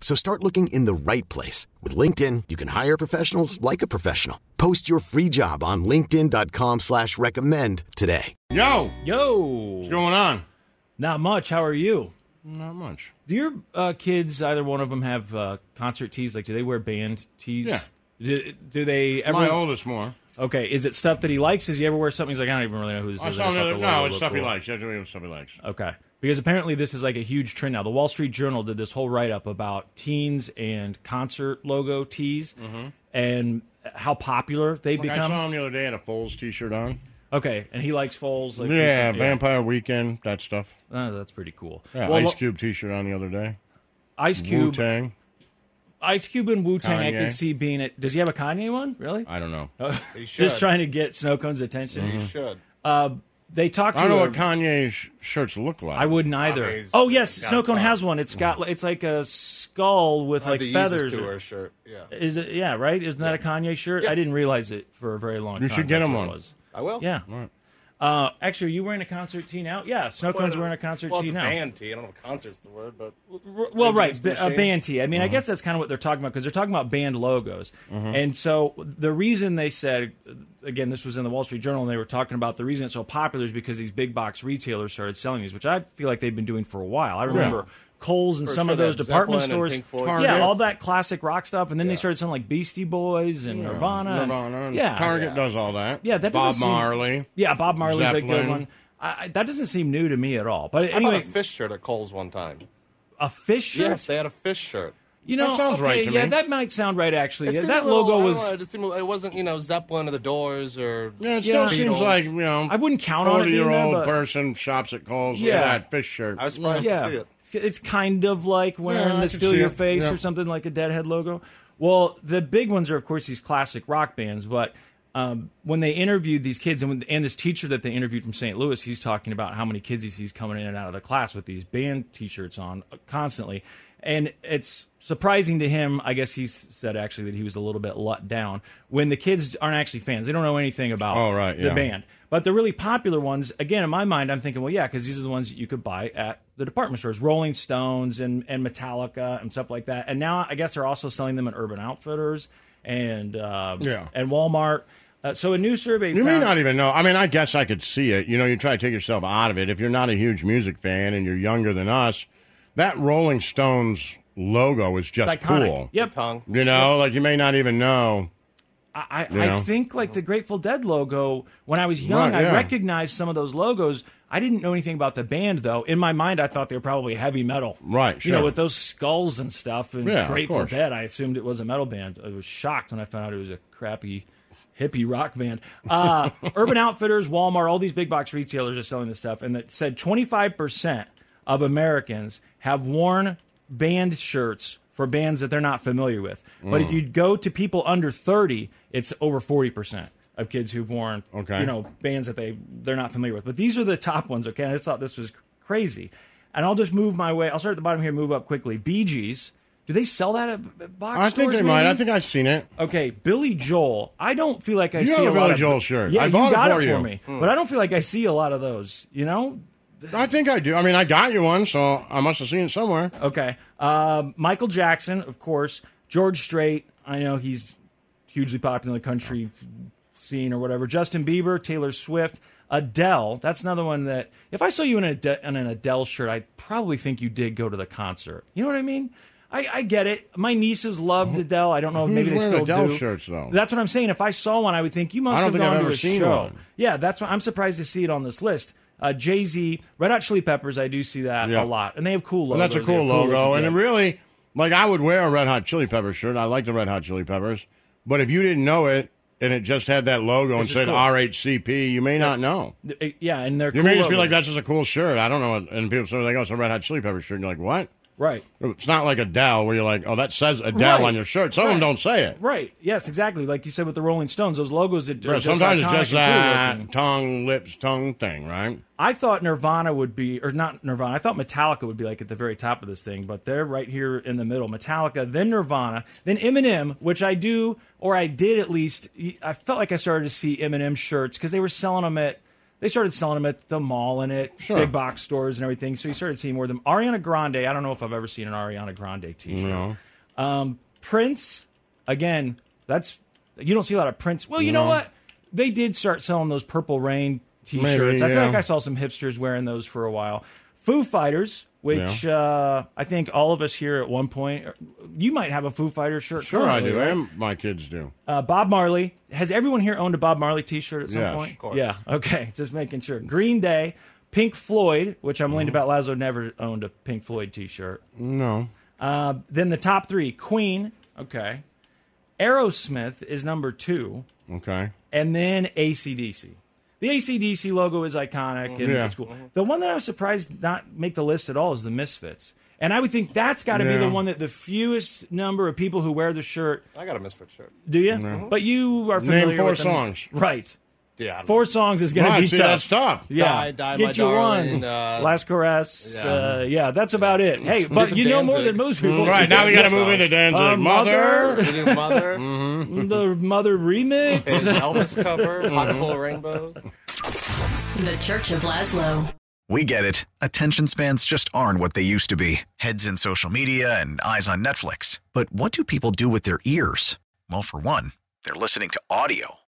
So start looking in the right place. With LinkedIn, you can hire professionals like a professional. Post your free job on linkedin.com slash recommend today. Yo, what's Yo, going on? not much. How are you? Not much. Do your uh, kids, either one of them, have uh, concert tees? Like, do they wear band tees? Yeah. Do, do they ever? My oldest more. okay, is it stuff that he likes? Does he ever wear something? He's like, I don't even really know who this I is. saw just thought another. No, the logo it's looked stuff he cool. likes. Yeah, it's stuff he likes. Okay, because apparently this is like a huge trend now. The Wall Street Journal did this whole write up about teens and concert logo tees and how popular they Like, Mm-hmm. I become. saw him the other day had a Foles T-shirt on. Okay, and he likes Foles. Like, Yeah, he's- Vampire Weekend, that stuff. Oh, that's pretty cool. Yeah, Well, Ice Cube T-shirt on the other day. Ice Cube, Wu Tang. Ice Cube and Wu Tang. I Kanye. can see being it. Does he have a Kanye one? Really? I don't know. He should. Mm-hmm. Just trying to get Snow Cone's attention. He should. They talked I to. don't know a- what Kanye's shirts look like. I wouldn't either. mean, he's- oh yes, he's got Snow Cone a- has one. It's got it's like a skull with like the feathers. Eh, Yeezus tour shirt. Yeah, Is it? Yeah, right. Isn't that a Kanye shirt? I didn't realize it for a very long You time. should get That's him what it one. was. I will. Yeah. Uh, actually, are you wearing a concert tee now? Yeah, Snow Cone's wearing a concert well, tee it's a now. band tee. I don't know if concert's the word, but R- Well, Rage right, Against the b- a Machine. Uh-huh. band tee. I mean, I guess that's kind of what they're talking about because they're talking about band logos. Mm-hmm. And so the reason they said, again, this was in the Wall Street Journal, and they were talking about the reason it's so popular is because these big box retailers started selling these, which I feel like they've been doing for a while. I remember Kohl's and For some sure, of those that department Zeppelin stores, and Pink Floyd. yeah, Target. all that classic rock stuff, and then they started selling like Beastie Boys and Nirvana, and- Nirvana. and yeah, Target does all that. Yeah, that doesn't Bob seem- Marley. yeah, Bob Marley's a good Zeppelin. one. I, I- that doesn't seem new to me at all. But I bought anyway, a fish shirt at Kohl's one time. a fish shirt. Yes, they had a fish shirt. You know, That sounds okay, right to yeah, me. that might sound right actually. It Yeah, seemed that a little- I logo don't was. know, it, just seemed- it wasn't, you know, Zeppelin or the Doors or. Yeah, it still Yeah. seems Beatles. like you know. I wouldn't count on it being there, Forty-year-old but- person shops at Kohl's Yeah. with that fish shirt. I was surprised yeah, to see it. It's, it's kind of like wearing Yeah, I the can "Steal see Your it. Face" Yeah. or something like a Deadhead logo. Well, the big ones are of course these classic rock bands, but. Um, when they interviewed these kids and, when, and this teacher that they interviewed from St. Louis, he's talking about how many kids he sees coming in and out of the class with these band T-shirts on constantly, and it's surprising to him. I guess he s- said actually that he was a little bit let down when the kids aren't actually fans; they don't know anything about Oh, right, the yeah. band. But the really popular ones, again, in my mind, I'm thinking, well, yeah, because these are the ones that you could buy at the department stores, Rolling Stones and, and Metallica and stuff like that. And now I guess they're also selling them at Urban Outfitters and um, Yeah. and Walmart. Uh, so a new survey You may found not even know. I mean, I guess I could see it. You know, you try to take yourself out of it. If you're not a huge music fan and you're younger than us, that Rolling Stones logo is it's just iconic. cool. Yep, Tongue. You know, like you may not even know. I, You I know? think like the Grateful Dead logo. When I was young, Right, I yeah. recognized some of those logos. I didn't know anything about the band though. In my mind, I thought they were probably heavy metal. Right, You know, sure. with those skulls and stuff. And Yeah, of Grateful course. Dead, I assumed it was a metal band. I was shocked when I found out it was a crappy hippie rock band. Uh, Urban Outfitters, Walmart, all these big box retailers are selling this stuff, and it said 25 percent of Americans have worn band shirts for bands that they're not familiar with. But if you go to people under 30, it's over 40% of kids who've worn Okay. you know bands that they they're not familiar with. But these are the top ones, okay? And I just thought this was cr- crazy. And I'll just move my way. I'll start at the bottom here, move up quickly. Bee Gees, do they sell that at b- box I think stores? they might. maybe? I think I've seen it. Okay, Billy Joel. I don't feel like I You see have a a lot Billy of Joel shirt. Yeah, I you bought it got for it for you. Hmm. me, but I don't feel like I see a lot of those. You know, I think I do. I mean, I got you one, so I must have seen it somewhere. Okay. Um, Michael Jackson, of course. George Strait. I know he's hugely popular in the country scene or whatever. Justin Bieber, Taylor Swift, Adele. That's another one that if I saw you in, an Ade- in an Adele shirt, I probably think you did go to the concert. You know what I mean? I, I get it. My nieces loved Adele. I don't know. Who's maybe they wearing still Adele do. shirts, though? That's what I'm saying. If I saw one, I would think you must I don't have think gone I've to ever a seen show. one. Yeah, that's why I'm surprised to see it on this list. Uh, Jay Z, Red Hot Chili Peppers. I do see that Yeah. a lot, and they have cool Well, logos. that's a They have cool logo, looking- and it Oh, yeah. really, like, I would wear a Red Hot Chili Pepper shirt. I like the Red Hot Chili Peppers, but if you didn't know it and it just had that logo and just said cool. RHCP, you may not know. Th- yeah, and they're You cool may just be like, logos. that's just a cool shirt. I don't know. what- And people say, like, oh, it's a Red Hot Chili Pepper shirt. And you're like, what? Right. It's not like Adele where you're like, oh, that says Adele Right. on your shirt. Some of them Right. don't say it. Right. Yes, exactly. Like you said with the Rolling Stones, those logos that Bro, are just sometimes it's iconic just and that cool looking. tongue, lips, tongue thing, right? I thought Nirvana would be, or not Nirvana. I thought Metallica would be like at the very top of this thing, but they're right here in the middle. Metallica, then Nirvana, then Eminem, which I do, or I did at least. I felt like I started to see Eminem shirts because they were selling them at. They started selling them at the mall and at Sure. big box stores and everything. So you started seeing more of them. Ariana Grande. I don't know if I've ever seen an Ariana Grande T-shirt. Um, Prince, again, that's you don't see a lot of Prince. Well, you know No. what? They did start selling those Purple Rain T-shirts. I feel yeah. like I saw some hipsters wearing those for a while. Foo Fighters, which uh, I think all of us here at one point, you might have a Foo Fighter shirt. Sure, I currently, do. right? And my kids do. Uh, Bob Marley. Has everyone here owned a Bob Marley T-shirt at some Yes, point? of course. Yeah. Okay. Just making sure. Green Day, Pink Floyd, which I'm Mm-hmm. leaned about. Lazo never owned a Pink Floyd T-shirt. No. Uh, then the top three: Queen. Okay. Aerosmith is number two, Okay. and then ACDC. The ACDC logo is iconic and Yeah. it's cool. Mm-hmm. The one that I was surprised not make the list at all is the Misfits, and I would think that's got to be Yeah. the one that the fewest number of people who wear the shirt I got a Misfit shirt. do you? But you are familiar Mm-hmm. Name four with them. songs. right? Yeah. I don't Four songs is going to Right, be see, tough. that's tough. Yeah, Die, Die, get My you Darling, one. uh, Last caress. yeah. Yeah. Uh, yeah, that's about it. Hey, but some you know more Danzig. than most people. Mm-hmm. Right, now we got to move into Danzig. Uh, mother. know. Your mother, the Mother remix. his Elvis cover, Pocket Full of Rainbows. The Church of Laszlo. We get it. Attention spans just aren't what they used to be heads in social media and eyes on Netflix. But what do people do with their ears? Well, for one, they're listening to audio.